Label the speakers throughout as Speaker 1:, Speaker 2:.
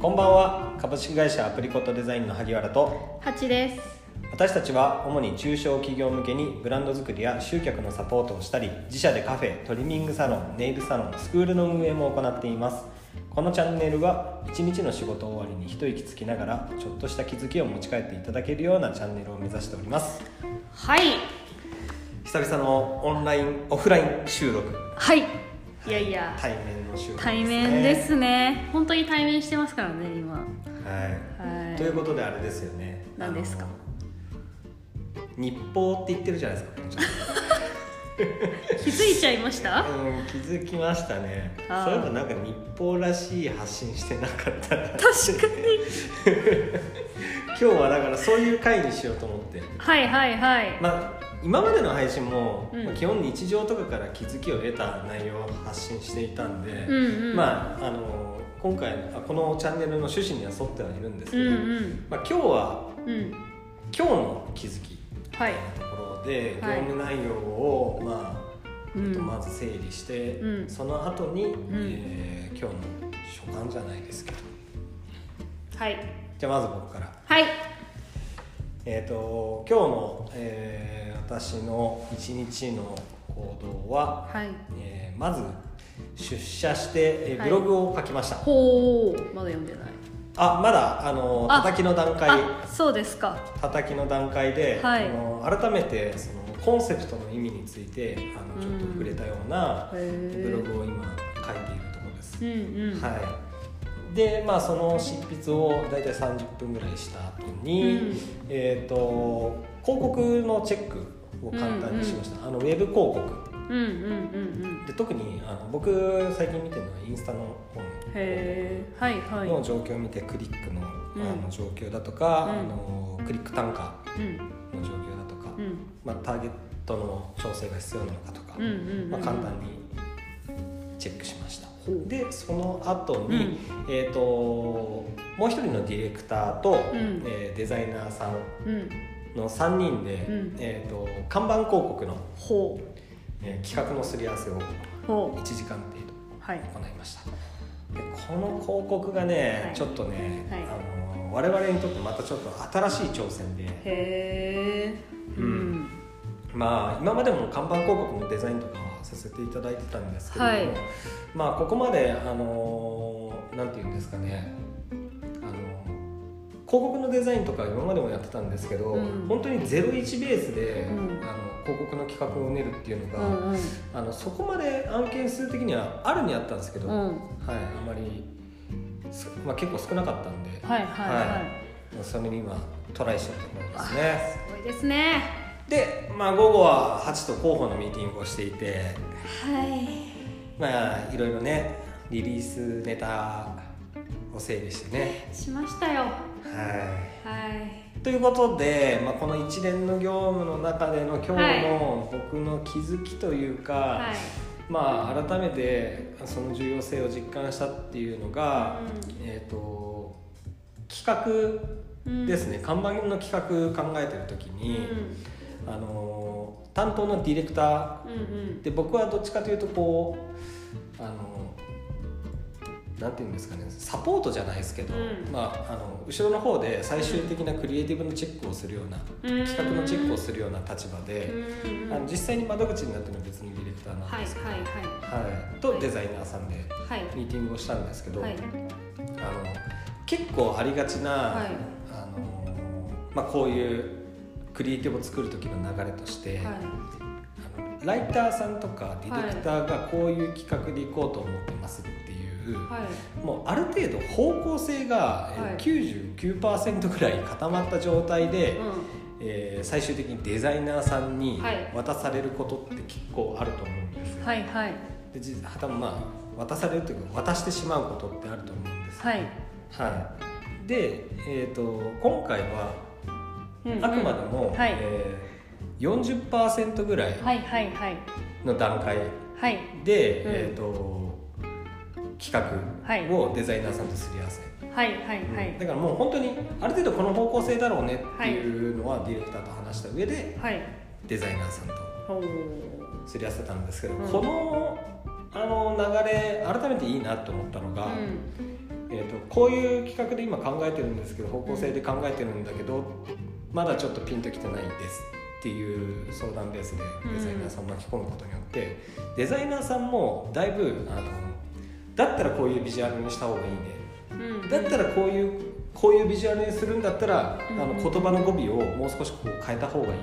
Speaker 1: こんばんは株式会社アプリコットデザインの萩原と
Speaker 2: ハチです。
Speaker 1: 私たちは主に中小企業向けにブランド作りや集客のサポートをしたり自社でカフェトリミングサロンネイルサロンスクールの運営も行っていますこのチャンネルは一日の仕事終わりに一息つきながらちょっとした気づきを持ち帰っていただけるようなチャンネルを目指しております
Speaker 2: はい。
Speaker 1: 久々のオンラインオフライン収録
Speaker 2: はい。いやいや。
Speaker 1: 対面の収録ですね
Speaker 2: 対面ですね。本当に対面してますからね、今。
Speaker 1: はい、
Speaker 2: はい
Speaker 1: ということであれですよね
Speaker 2: 何ですか
Speaker 1: あの日報って言ってるじゃないですか
Speaker 2: 気づいちゃいました。
Speaker 1: うん、気づきましたね
Speaker 2: あー
Speaker 1: そういえばなんか日報らしい発信してなかったな
Speaker 2: 確かに。
Speaker 1: 今日はだからそういう回にしようと思って
Speaker 2: はいはいはい。
Speaker 1: まあ今までの配信も、
Speaker 2: うん
Speaker 1: まあ基本日常とかから気づきを得た内容を発信していたんで、
Speaker 2: うんうん
Speaker 1: まああの今回あこのチャンネルの趣旨には沿ってはいるんです
Speaker 2: う
Speaker 1: け
Speaker 2: ん
Speaker 1: ど、
Speaker 2: うん。
Speaker 1: まあ、今日は
Speaker 2: うん。
Speaker 1: 今日の気づき
Speaker 2: はい。
Speaker 1: ところで、
Speaker 2: はい
Speaker 1: 業務内容を、まあ
Speaker 2: う
Speaker 1: えっと
Speaker 2: ん。
Speaker 1: まず整理して、
Speaker 2: うん
Speaker 1: その後に、
Speaker 2: ん
Speaker 1: えー今日の所感じゃないですけど
Speaker 2: はい。
Speaker 1: じゃあまず僕から、
Speaker 2: はい。
Speaker 1: えー、と今日の、えー私の一日の行動は、
Speaker 2: はい。
Speaker 1: えーまず出社して、えー
Speaker 2: はい
Speaker 1: ブログを書きました、
Speaker 2: ほう。まだ読んでない。
Speaker 1: あまだあの
Speaker 2: あ
Speaker 1: 叩きの段階
Speaker 2: あ、そうですか。
Speaker 1: 叩きの段階で、
Speaker 2: はい
Speaker 1: あの改めてそのコンセプトの意味についてあのちょっと触れたような
Speaker 2: へ
Speaker 1: ブ
Speaker 2: え
Speaker 1: ログを今書いているところです
Speaker 2: うんうん。
Speaker 1: はい、でまあその執筆を大体30分ぐらいした後に、
Speaker 2: うん
Speaker 1: えっ、と広告のチェックを簡単にしました、あのウェブ広告
Speaker 2: うんうんうん
Speaker 1: で特にあの僕最近見てるのはインスタの方
Speaker 2: うん。へえ。はいはい。
Speaker 1: の状況を見てクリックの,、
Speaker 2: うん
Speaker 1: あの状況だとか、
Speaker 2: うん
Speaker 1: あのクリック単価
Speaker 2: うん
Speaker 1: の状況だとか、
Speaker 2: うん
Speaker 1: まあ、ターゲットの調整が必要なのかとか、
Speaker 2: うんうんうん。
Speaker 1: まあ、簡単にチェックしました
Speaker 2: ほう
Speaker 1: でその後に、
Speaker 2: うん
Speaker 1: えー、ともう一人のディレクターと、
Speaker 2: ん
Speaker 1: えーデザイナーさん
Speaker 2: うん。
Speaker 1: の3人で、
Speaker 2: うん
Speaker 1: えー、と看板広告の、
Speaker 2: ほ
Speaker 1: えー企画のすり合わせを
Speaker 2: う。ほ
Speaker 1: 1時間程度
Speaker 2: う。はい。
Speaker 1: 行いましたでこの広告がね、
Speaker 2: はい
Speaker 1: ちょっとね、
Speaker 2: はい
Speaker 1: あの我々にとってまたちょっと新しい挑戦で
Speaker 2: へえ。
Speaker 1: うんまあ今までも看板広告のデザインとかはさせていただいてたんですけれども、
Speaker 2: はい
Speaker 1: まあここまであのーなんて言うんですかねあの広告のデザインとか今までもやってたんですけど、
Speaker 2: うん
Speaker 1: 本当に01ベースで、
Speaker 2: うん
Speaker 1: あの広告の企画を練るっていうの
Speaker 2: う
Speaker 1: が、
Speaker 2: んうん。
Speaker 1: あのそこまで案件数的にはあるにあったんですけど、
Speaker 2: う
Speaker 1: はい、
Speaker 2: ん。
Speaker 1: あまり、すまあ、結構少なかったんで、
Speaker 2: はいはいはい。
Speaker 1: もうそれに今トライしてるところですね。
Speaker 2: すごいですね。
Speaker 1: で、まあ、午後はハチと広報のミーティングをしていて
Speaker 2: はい。
Speaker 1: まあいろいろねリリースネタを整理してね
Speaker 2: しましたよ。
Speaker 1: は
Speaker 2: はい。
Speaker 1: いということで、まあ、この一連の業務の中での今日の僕の気づきというか、
Speaker 2: はい。
Speaker 1: まあ改めてその重要性を実感したっていうのが、
Speaker 2: う
Speaker 1: えっ、と企画ですね、看板の企画考えてる時
Speaker 2: うん。
Speaker 1: に、あの担当のディレクター
Speaker 2: うんうん。
Speaker 1: で僕はどっちかというとこうあのなんていうんですかねサポートじゃないですけど、
Speaker 2: うん
Speaker 1: まあ、あの後ろの方で最終的なクリエイティブのチェックをするような、企画のチェックをするような立場
Speaker 2: うん
Speaker 1: で、
Speaker 2: うん。
Speaker 1: あ
Speaker 2: は
Speaker 1: の
Speaker 2: い
Speaker 1: 実際に窓口になってるのは別のディレクターなん
Speaker 2: はい
Speaker 1: ですけど、
Speaker 2: は
Speaker 1: はいとデザイナーさんで
Speaker 2: い。はい。
Speaker 1: ミーティングをしたんですけど、
Speaker 2: はい。
Speaker 1: あの結構ありがちな、
Speaker 2: はい
Speaker 1: あのまあ、こういうクリエイティブを作る時の流れとして。
Speaker 2: は
Speaker 1: あのライターさんとかディレクターがこういう企画でいこうと思ってますっていう、
Speaker 2: い。はい。
Speaker 1: もうある程度方向性がえ
Speaker 2: はい
Speaker 1: ー99%ぐらい固まった状態で、えー最終的にデザイナーさんに
Speaker 2: はい
Speaker 1: 渡されることって結構あると思うんです
Speaker 2: う
Speaker 1: よ
Speaker 2: ん。はいはい。
Speaker 1: で実はたまあ渡されるというか渡してしまうことってあると思うんです、
Speaker 2: はい。
Speaker 1: はい、で、えー、と今回は
Speaker 2: うんうん
Speaker 1: あくまでも、
Speaker 2: はい
Speaker 1: えー40%ぐらい
Speaker 2: はいはいはい。
Speaker 1: の段階、
Speaker 2: はい。
Speaker 1: で、
Speaker 2: うん
Speaker 1: えー、と企画をデザイナーさんとすり合わせ、
Speaker 2: はいはいは
Speaker 1: うん
Speaker 2: い。
Speaker 1: だからもう本当にある程度この方向性だろうねっていうのはディレクターと話した上で
Speaker 2: はい。
Speaker 1: デザイナーさんと
Speaker 2: おお。
Speaker 1: すり合わせたんですけど、
Speaker 2: うん
Speaker 1: このあの流れ改めていいなと思ったのが、
Speaker 2: うん。
Speaker 1: えー、とこういう企画で今考えてるんですけど方向性で考えてるんだけど、まだちょっとピンときてないですっていう相談ベースでデザイナーさんを巻き込むことによって、デザイナーさんもだいぶあのだったらこういうビジュアルにした方がいいね
Speaker 2: うん
Speaker 1: だったらこういうこういうビジュアルにするんだったら、あの
Speaker 2: うん
Speaker 1: 言葉の語尾をもう少しこう変えた方がいいね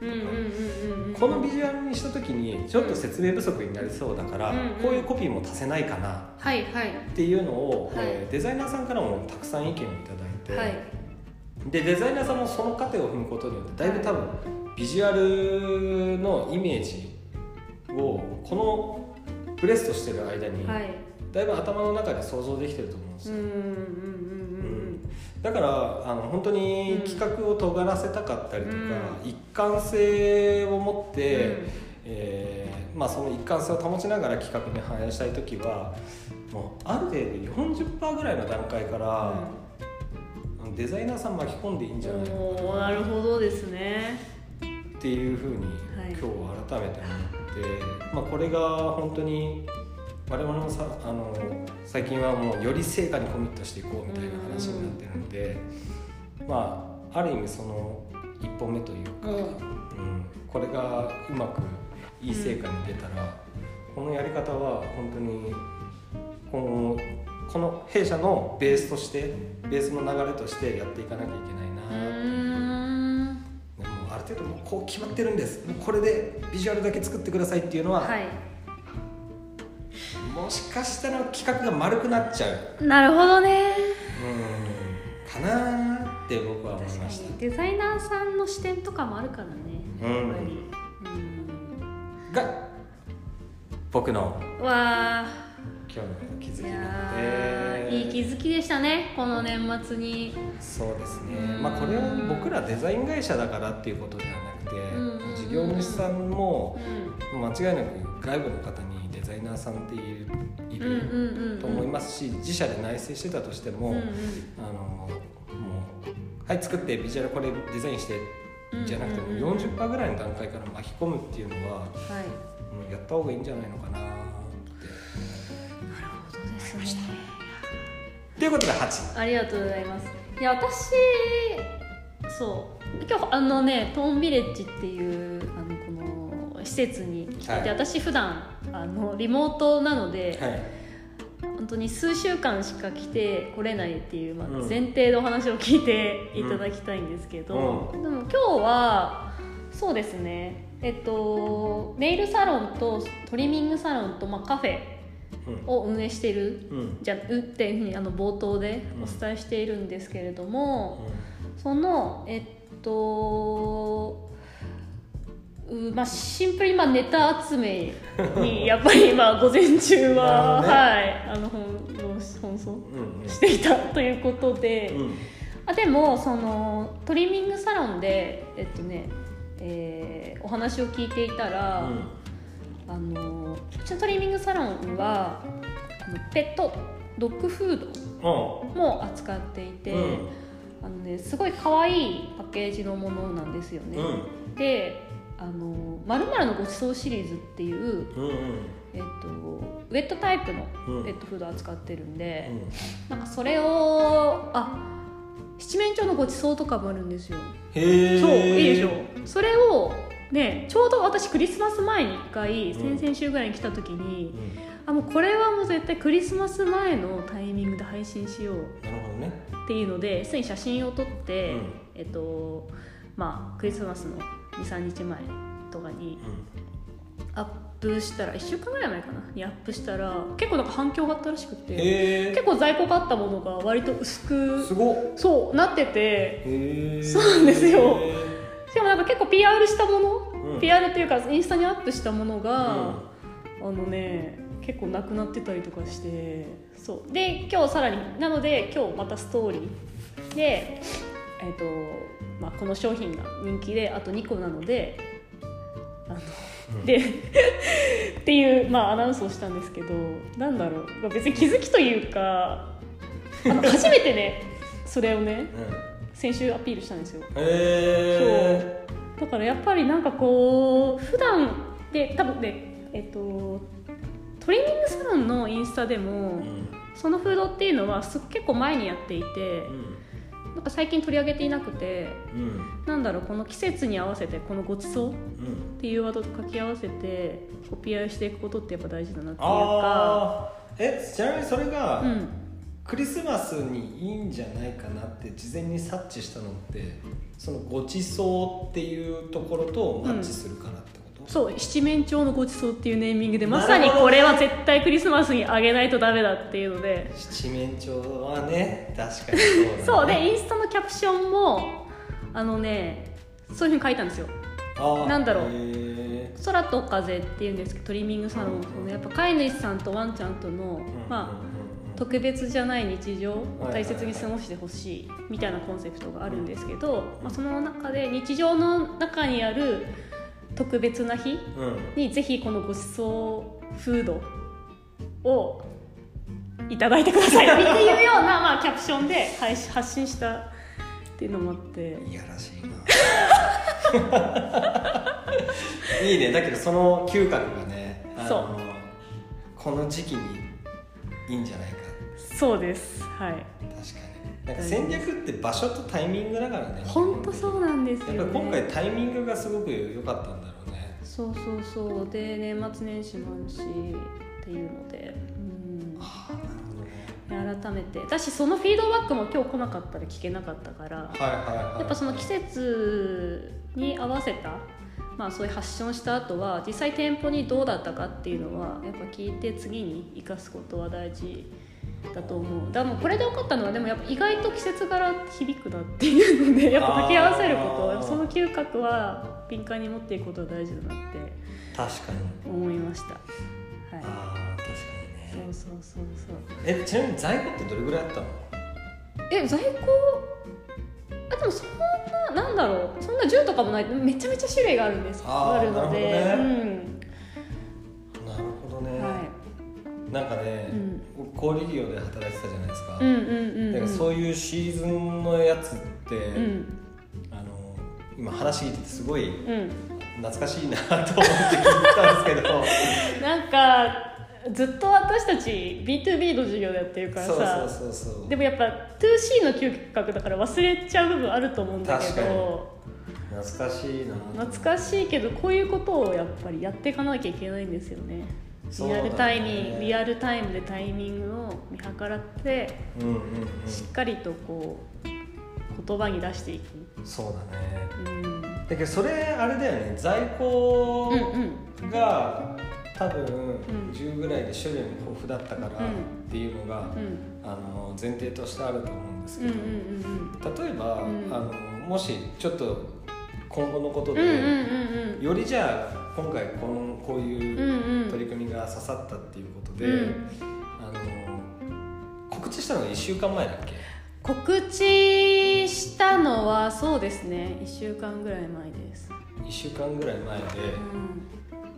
Speaker 2: うんうんうんうん
Speaker 1: このビジュアルにした時にちょっと説明不足になりそうだから、
Speaker 2: うんうん
Speaker 1: こういうコピーも足せないかな
Speaker 2: はいはい
Speaker 1: っていうのを、
Speaker 2: はい
Speaker 1: えーデザイナーさんからもたくさん意見をいただいて、
Speaker 2: はい
Speaker 1: でデザイナーさんもその過程を踏むことによってだいぶ多分ビジュアルのイメージをこのブレストしてる間に、
Speaker 2: はい
Speaker 1: だいぶ頭の中で想像できてると思うんです
Speaker 2: うん
Speaker 1: よ、
Speaker 2: うんうん
Speaker 1: だからあの本当に企画を尖らせたかったりとか、
Speaker 2: う
Speaker 1: 一貫性を持っ
Speaker 2: うんう
Speaker 1: て、
Speaker 2: ん
Speaker 1: えーまあ、その一貫性を保ちながら企画に反映したい時はもうある程度40%ぐらいの段階から、デザイナーさん巻き込んでいいんじゃないか
Speaker 2: おおーなるほどですね
Speaker 1: っていうふうに
Speaker 2: はい
Speaker 1: 今日改めて思って、まあ、これが本当に我々もさあの最近はもうより成果にコミットしていこうみたいな話になってるので、まあある意味その一歩目というか、
Speaker 2: うん
Speaker 1: うん、これがうまくいい成果に出たら、このやり方は本当にこのこの弊社のベースとしてベースの流れとしてやっていかなきゃいけないな、
Speaker 2: うーん
Speaker 1: でもうある程度もうこう決まってるんですもうこれでビジュアルだけ作ってくださいっていうのは、
Speaker 2: はい
Speaker 1: もしかしたら企画が丸くなっちゃう
Speaker 2: なるほどね
Speaker 1: うんかなーって僕は思い
Speaker 2: 確か
Speaker 1: ました
Speaker 2: にデザイナーさんの視点とかもあるからね
Speaker 1: うん
Speaker 2: やっぱりうん
Speaker 1: が僕の
Speaker 2: わあ
Speaker 1: 今日の気づき
Speaker 2: い
Speaker 1: な
Speaker 2: や
Speaker 1: の
Speaker 2: ー
Speaker 1: で
Speaker 2: いい気づきでしたねこの年末に
Speaker 1: そうですね
Speaker 2: う、ん
Speaker 1: まあ、これは僕らデザイン会社だからっていうことではなくて、
Speaker 2: うん
Speaker 1: 事業主さんも
Speaker 2: う
Speaker 1: 間違いなく外部の方にデザイナーさんっているい
Speaker 2: んうん
Speaker 1: る
Speaker 2: うんうん
Speaker 1: と思いますし自社で内製してたとしても、
Speaker 2: うんうん
Speaker 1: あのもうはい作ってビジュアルこれデザインしてじゃなくても
Speaker 2: うんうんうん
Speaker 1: 40%ぐらいの段階から巻き込むっていうのは、
Speaker 2: はい
Speaker 1: うんやった方がいいんじゃないのかなって。
Speaker 2: なるほどですね
Speaker 1: ということで8。
Speaker 2: ありがとうございますいや私そう今日あのねトーンビレッジっていうあのこの施設に来てて、
Speaker 1: はい
Speaker 2: 私普段あのリモートなので、
Speaker 1: はい
Speaker 2: 本当に数週間しか来てこれないっていう、まあ
Speaker 1: うん
Speaker 2: 前提のお話を聞いていただきたいんですけど、
Speaker 1: う
Speaker 2: でも今日はそうですねえっとネイルサロンとトリミングサロンと、まあ、カフェ
Speaker 1: うん
Speaker 2: を運営している
Speaker 1: うんうん
Speaker 2: じゃうっていうふうにあの冒頭でお伝えしているんですけれども、そのえっとうまあ、シンプルにまあネタ集め にやっぱりまあ午前中は、はいあの本本送
Speaker 1: うん
Speaker 2: していたということで、
Speaker 1: うん
Speaker 2: あでもそのトリミングサロンでえっとね、えーお話を聞いていたら、あのうちのトリミングサロンはあのペットドッグフー
Speaker 1: うん
Speaker 2: ドも扱っていて、
Speaker 1: うん
Speaker 2: あのね、すごい可愛いパッケージのものなんですよね。
Speaker 1: う
Speaker 2: であの「まるのごちそう」シリーズっていう、
Speaker 1: んうん
Speaker 2: えっと、ウェットタイプの
Speaker 1: うん
Speaker 2: ペットフード扱ってるんで、
Speaker 1: うん
Speaker 2: なんかそれをあ七面鳥のごちそうとかもあるんですよ。
Speaker 1: へえ
Speaker 2: そういいでしょそれをねちょうど私クリスマス前に1回
Speaker 1: うん
Speaker 2: 先々週ぐらいに来た時に、
Speaker 1: うん
Speaker 2: あもうこれはもう絶対クリスマス前のタイミングで配信しよう
Speaker 1: なるほどね
Speaker 2: っていうのですでに写真を撮って、
Speaker 1: うん
Speaker 2: えっとまあクリスマスの23日前とかにアップしたら1週間ぐらい前かなにアップしたら結構なんか反響があったらしくて
Speaker 1: へ
Speaker 2: 結
Speaker 1: え
Speaker 2: 構在庫があったものが割と薄く
Speaker 1: すごっへ
Speaker 2: そうなってて
Speaker 1: え
Speaker 2: そうなんですよしかもなんか結構 PR したもの、
Speaker 1: うん
Speaker 2: PR っていうかインスタにアップしたもの
Speaker 1: うん
Speaker 2: が、あのね結構なくなってたりとかしてそうで今日さらになので今日またストーリーで、えっとまあ、この商品が人気であと2個なのであの、
Speaker 1: うん
Speaker 2: でっていう、まあ、アナウンスをしたんですけどなんだろう、まあ、別に気づきというかあの初めてねそれをね
Speaker 1: うん
Speaker 2: 先週アピールしたんですよ。
Speaker 1: へえ
Speaker 2: だからやっぱりなんかこう普段で多分ねえっとトリミングサロンのインスタでも
Speaker 1: うん
Speaker 2: 「そのフードっていうのはす結構前にやっていてなんか最近取り上げていなくて
Speaker 1: うんうん
Speaker 2: なんだろうこの季節に合わせてこのごちそう
Speaker 1: うん
Speaker 2: っていうワードと掛け合わせてコピーしていくことってやっぱ大事だなっていうか
Speaker 1: ああえちなみにそれが
Speaker 2: うん
Speaker 1: クリスマスにいいんじゃないかなって事前に察知したのってそのごちそうっていうところとマッチするからってこと、
Speaker 2: そう七面鳥のごちそうっていうネーミングで
Speaker 1: なる
Speaker 2: ま
Speaker 1: ほど
Speaker 2: さ
Speaker 1: ね
Speaker 2: にこれは絶対クリスマスにあげないとダメだっていうので、
Speaker 1: 七面鳥はね確かにそうだ、ね
Speaker 2: そうでインスタのキャプションもあのねそういうふうに書いたんですよ
Speaker 1: あー
Speaker 2: なんだろう
Speaker 1: へー
Speaker 2: 空と風っていうんですけどトリミングサロンそのやっぱ飼い主さんとワンちゃんと
Speaker 1: う
Speaker 2: の、
Speaker 1: んう
Speaker 2: ま
Speaker 1: んうん
Speaker 2: あ、特別じゃない日
Speaker 1: い
Speaker 2: 常を
Speaker 1: はい
Speaker 2: 大切に過ごしてほしいみたいなコンセプトがあるんですけど、まあ、その中で日常の中にある特別な日
Speaker 1: うん
Speaker 2: にぜひこのごちそうフードをいただいてください っていうような、まあ、キャプションで配信発信したっていうのもあって
Speaker 1: いやらしいな いいねだけどその嗅覚がねあの
Speaker 2: そう
Speaker 1: この時期にいいんじゃないか
Speaker 2: そうですはい
Speaker 1: 確かになんか戦略って場所とタイミングだからね
Speaker 2: 本当そうなんですよ、ね、
Speaker 1: やっぱり今回タイミングがすごく良かったんだろうね
Speaker 2: そうそうそうで年末年始もあるしっていうので、うん、
Speaker 1: ああなるほどね
Speaker 2: 改めてだしそのフィードバックも今日来なかったら聞けなかったから
Speaker 1: はいはいはい
Speaker 2: やっぱその季節に合わせた、まあ、そういう発信をした後は実際店舗にどうだったかっていうのはやっぱ聞いて次に生かすことは大事だと思うだからもうこれで分かったのはでもやっぱ意外と季節柄響くなっていうのでやっぱ掛け合わせること
Speaker 1: あー
Speaker 2: やっぱその嗅覚は敏感に持っていくことは大事だなって
Speaker 1: 確かに
Speaker 2: 思いましたは
Speaker 1: ああ確かに
Speaker 2: い
Speaker 1: ね
Speaker 2: そうそうそうそう
Speaker 1: えちなみに在庫ってどれぐらいあったの
Speaker 2: え在庫あでもそんななんだろうそんな銃とかもないめちゃめちゃ種類があるんです
Speaker 1: あー
Speaker 2: あるので
Speaker 1: なるほどなるほど
Speaker 2: う
Speaker 1: ね、
Speaker 2: んはい
Speaker 1: なんかね、
Speaker 2: うん
Speaker 1: 僕小売業で働いてたじゃないですか、
Speaker 2: うんうんうん
Speaker 1: だからそういうシーズンのやつって、
Speaker 2: うん
Speaker 1: あの今話聞いててすごい
Speaker 2: うん
Speaker 1: 懐かしいなと思って聞いたんですけど
Speaker 2: なんかずっと私たち B2B の授業でやってるからさ
Speaker 1: そうそうそうそう
Speaker 2: でもやっぱ 2C の嗅覚だから忘れちゃう部分あると思うんだけ
Speaker 1: 確か
Speaker 2: ど
Speaker 1: 懐かしいな
Speaker 2: 懐かしいけどこういうことをやっぱりやっていかなきゃいけないんですよね
Speaker 1: そう
Speaker 2: リ
Speaker 1: だ
Speaker 2: ア
Speaker 1: ね
Speaker 2: ルタイミングリアルタイムでタイミングを見計らって
Speaker 1: うんうんうん
Speaker 2: しっかりとこう言葉に出していく
Speaker 1: そうだね
Speaker 2: うん
Speaker 1: だけどそれあれだよね在庫
Speaker 2: うんうん
Speaker 1: が、多分
Speaker 2: ん
Speaker 1: 10ぐらいで種類も豊富だったから
Speaker 2: うん
Speaker 1: っていうのが、
Speaker 2: うん
Speaker 1: あの前提としてあると思うんですけ
Speaker 2: うんうん
Speaker 1: ど、
Speaker 2: うん
Speaker 1: 例えば、
Speaker 2: うん
Speaker 1: あのもしちょっと今後のことで、
Speaker 2: うんうんうん
Speaker 1: よりじゃあ今回このこう
Speaker 2: う
Speaker 1: いうん
Speaker 2: うんうん
Speaker 1: 取り組みが刺さったっていうことで、
Speaker 2: うん
Speaker 1: あの告知したのが1週間前だっけ
Speaker 2: 告知したのはそうですね1週間ぐらい前です、
Speaker 1: 1週間ぐらい前で
Speaker 2: う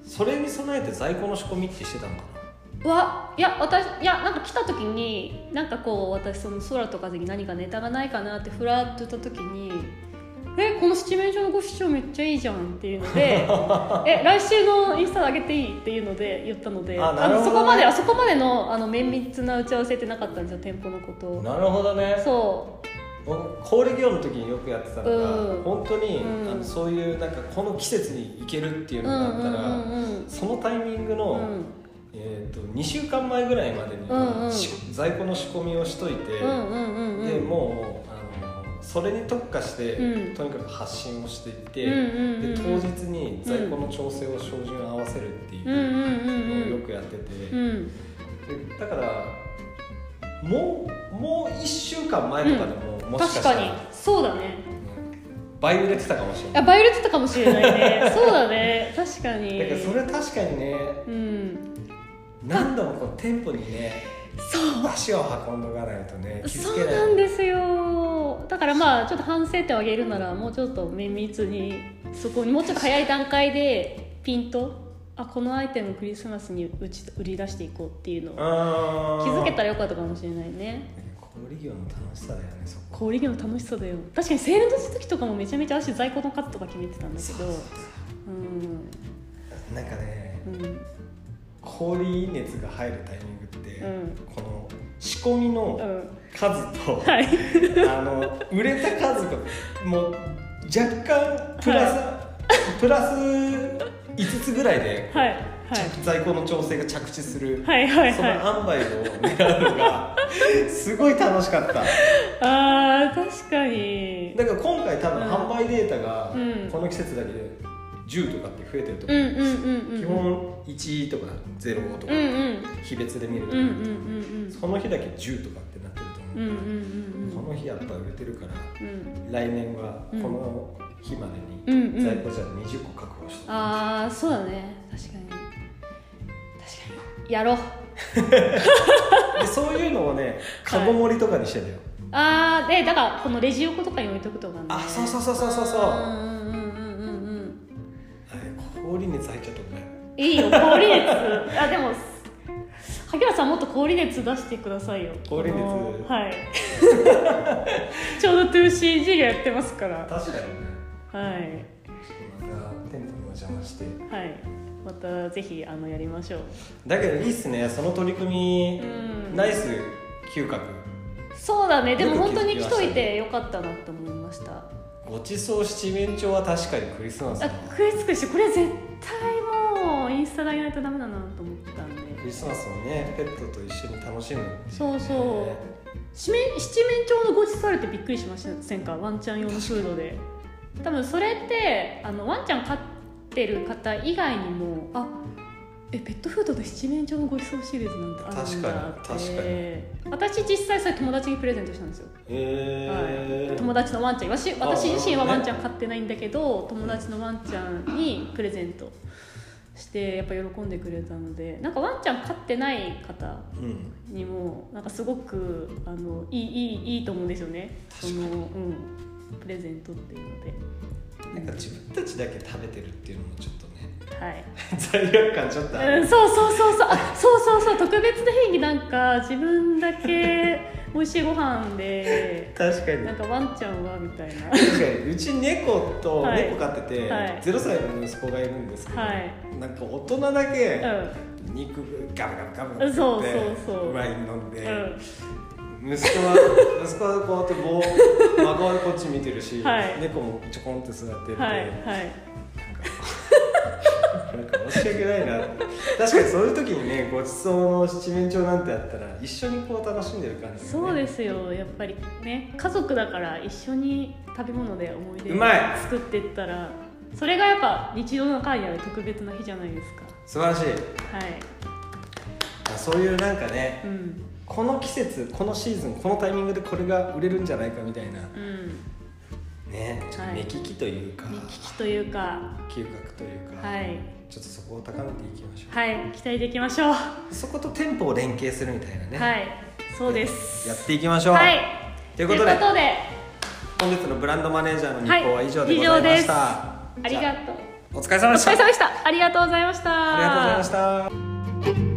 Speaker 1: それに備えて在庫の仕込みってしてたのか
Speaker 2: ん、わいや私いやなんか来た時になんかこう私その空と風に何かネタがないかなってふらっと言った時に「えこの七面鳥のご視聴めっちゃいいじゃん」っていう ので「え来週のインスタで上げていい」っていうので言ったので
Speaker 1: あなるほどね
Speaker 2: のそこまではそこまでのあの綿密な打ち合わせってなかったんですよ店舗のことを
Speaker 1: ななるほどね
Speaker 2: そ
Speaker 1: 僕小売業の時によくやってたのが、
Speaker 2: うん
Speaker 1: 本当に、
Speaker 2: うん
Speaker 1: あのそういうなんかこの季節に行けるっていう
Speaker 2: う
Speaker 1: の
Speaker 2: うん
Speaker 1: が
Speaker 2: う
Speaker 1: あ
Speaker 2: ん
Speaker 1: っ
Speaker 2: う
Speaker 1: たら、
Speaker 2: んうん
Speaker 1: そのタイミングの、
Speaker 2: うん
Speaker 1: えー、と2週間前ぐらいまでに、
Speaker 2: うんうん
Speaker 1: し在庫の仕込みをしといて、
Speaker 2: うんうんうんうん
Speaker 1: でもうあのそれに特化して、
Speaker 2: うん
Speaker 1: とにかく発信をしていって、
Speaker 2: うんうんうんうん
Speaker 1: で当日に在庫の調整を照準合わせるってい
Speaker 2: うんう
Speaker 1: うん
Speaker 2: うん
Speaker 1: の
Speaker 2: う
Speaker 1: を
Speaker 2: ん
Speaker 1: よくやってて、
Speaker 2: うん
Speaker 1: でだからもうもう1週間前とかでも、もしか
Speaker 2: 確
Speaker 1: した、
Speaker 2: からにそうだね
Speaker 1: うん倍売れてたかもしれない
Speaker 2: あバイオレットかもしれないね そうだね確かに
Speaker 1: だけどそれ確かにね
Speaker 2: うん
Speaker 1: 何度もこう店舗にね
Speaker 2: そう
Speaker 1: 足を運んでおかないとね気づ
Speaker 2: そ
Speaker 1: け
Speaker 2: う
Speaker 1: ない
Speaker 2: なんですよだからまあちょっと反省点を上げるならもうちょっと綿密にそこにもうちょっと早い段階でピンとあこのアイテムクリスマスにうち売り出していこうっていうのを気
Speaker 1: 気
Speaker 2: づけた
Speaker 1: ら
Speaker 2: らよかったかもしれないね
Speaker 1: 小売業の楽しさだよねそこ
Speaker 2: 小売業の楽しさだよ確かにセールの時とかもめちゃめちゃ足在庫の数とか決めてたんだけどうん
Speaker 1: なんかね
Speaker 2: うん
Speaker 1: 氷熱が入るタイミングって、
Speaker 2: うん
Speaker 1: この仕込みの
Speaker 2: うん
Speaker 1: 数と、
Speaker 2: はい
Speaker 1: あの売れた数がもう若干プラス、プラス5つぐらいで
Speaker 2: はい
Speaker 1: 在庫の調整が着地する、
Speaker 2: はいはいはい
Speaker 1: そ
Speaker 2: はい
Speaker 1: の塩梅を狙うのがすごい楽しかっただ
Speaker 2: あー確かに
Speaker 1: から今回多分
Speaker 2: うん
Speaker 1: 販売データが
Speaker 2: うん
Speaker 1: この季節だけで10とかって増えてると思
Speaker 2: うん
Speaker 1: う、
Speaker 2: うんうんうん
Speaker 1: 基本1とか0とか
Speaker 2: うんうん
Speaker 1: 比別で見ると、
Speaker 2: うんうんうん
Speaker 1: その日だけ10とかってなってると
Speaker 2: うんうんうん
Speaker 1: 思う、
Speaker 2: うん
Speaker 1: この日やっぱ売れてるから
Speaker 2: うん
Speaker 1: 来年はこの日まで
Speaker 2: うんう
Speaker 1: に
Speaker 2: ん
Speaker 1: 在庫じゃ20個確保して、
Speaker 2: ああそうだね確かに確かにやろう
Speaker 1: でそういうのをねカゴ盛りとかにしてたよ、
Speaker 2: ああでだからこのレジ横とかに置いとくとかね
Speaker 1: あそうそうそうそうそうそう
Speaker 2: う
Speaker 1: あ
Speaker 2: んうんうんうんうん
Speaker 1: れ氷熱入っちゃったもんね
Speaker 2: うんいいよ氷熱あでも萩原さんもっと氷熱出してくださいよ
Speaker 1: 氷熱
Speaker 2: あのはいちょうど 2CG がやってますから
Speaker 1: 確かにね
Speaker 2: はい
Speaker 1: また店舗にお邪魔して
Speaker 2: はいまたぜひあのやりましょう
Speaker 1: だけどいいっすねその取り組み、
Speaker 2: うん
Speaker 1: ナイス嗅覚
Speaker 2: そうだねでも
Speaker 1: よく
Speaker 2: 本
Speaker 1: 気づき
Speaker 2: 当に来とい
Speaker 1: ましたね
Speaker 2: てよかったなって思いました
Speaker 1: ごちそう七面鳥は確かにクリスマスだ
Speaker 2: あ
Speaker 1: な
Speaker 2: 食いつくしこれ絶対もうインスタであげないとダメだなと思ったんで
Speaker 1: クリスマスをねペットと一緒に楽しむ
Speaker 2: そうそう七面七面鳥のごちそうあるってびっくりしませんかワンちゃん用のフードで多分それってあのワンちゃん飼ってる方以外にもあえペットフードで七面鳥のごちそうシリーズなんてあるんだって
Speaker 1: 確か
Speaker 2: 私実際それ友達にプレゼントしたんですよ
Speaker 1: えー
Speaker 2: はい、友達のワンちゃんわし
Speaker 1: あ
Speaker 2: 私自身は
Speaker 1: なるほどね
Speaker 2: ワンちゃん飼ってないんだけど友達のワンちゃんにプレゼントしてやっぱ喜んでくれたのでなんかワンちゃん飼ってない方
Speaker 1: うん
Speaker 2: にもなんかすごくあのいいいいいいと思うんですよねその、うん、プレゼントっていうので
Speaker 1: なんか自分たちだけ食べてるっていうのもちょっとね
Speaker 2: はい、
Speaker 1: 罪悪感ちょっとあ
Speaker 2: う
Speaker 1: る
Speaker 2: ん、そうそうそうそうあそうそうそう特別な日になんか自分だけ美味しいご飯で
Speaker 1: 確かに
Speaker 2: なんかワンちゃんはみたい
Speaker 1: 確
Speaker 2: な
Speaker 1: かにうち猫と
Speaker 2: はい
Speaker 1: 猫飼ってて、
Speaker 2: はい
Speaker 1: 0歳の息子がいるんですけど、
Speaker 2: はい
Speaker 1: なんか大人だけ
Speaker 2: うん
Speaker 1: 肉ガブガブガブガブって
Speaker 2: そうそうそう
Speaker 1: ワイン飲んで、
Speaker 2: うん
Speaker 1: 息子は息子はこうやって 棒孫はこっち見てるし、
Speaker 2: はい
Speaker 1: 猫もちょこんって座ってて、
Speaker 2: はいはい
Speaker 1: なんか申し訳ないなって確かにそういう時にねごちそうの七面鳥なんてあったら一緒にこう楽しんでる感じ、ね、
Speaker 2: そうですよやっぱりね家族だから一緒に食べ物で思い出
Speaker 1: うまい
Speaker 2: 作っていったらそれがやっぱ日常の中にある特別な日じゃないですか
Speaker 1: 素晴らしい
Speaker 2: はい
Speaker 1: あそういうなんかね
Speaker 2: うん
Speaker 1: この季節このシーズンこのタイミングでこれが売れるんじゃないかみたいな
Speaker 2: うん
Speaker 1: ねちょっと目利きというか、
Speaker 2: 目利きというか
Speaker 1: 嗅覚というか、
Speaker 2: はい
Speaker 1: ちょっとそこを高めていきましょう、
Speaker 2: はい期待できましょう、
Speaker 1: そこと店舗を連携するみたいなね、
Speaker 2: はいそうです
Speaker 1: やっていきましょう、
Speaker 2: はい
Speaker 1: ということで
Speaker 2: ということで
Speaker 1: 本日のブランドマネージャーの日
Speaker 2: はい
Speaker 1: 報は以上でございました、
Speaker 2: 以上ですありがとう
Speaker 1: お疲れ様
Speaker 2: お
Speaker 1: でし
Speaker 2: 疲
Speaker 1: た
Speaker 2: れ様でしたありがとうございました
Speaker 1: ありがとうございました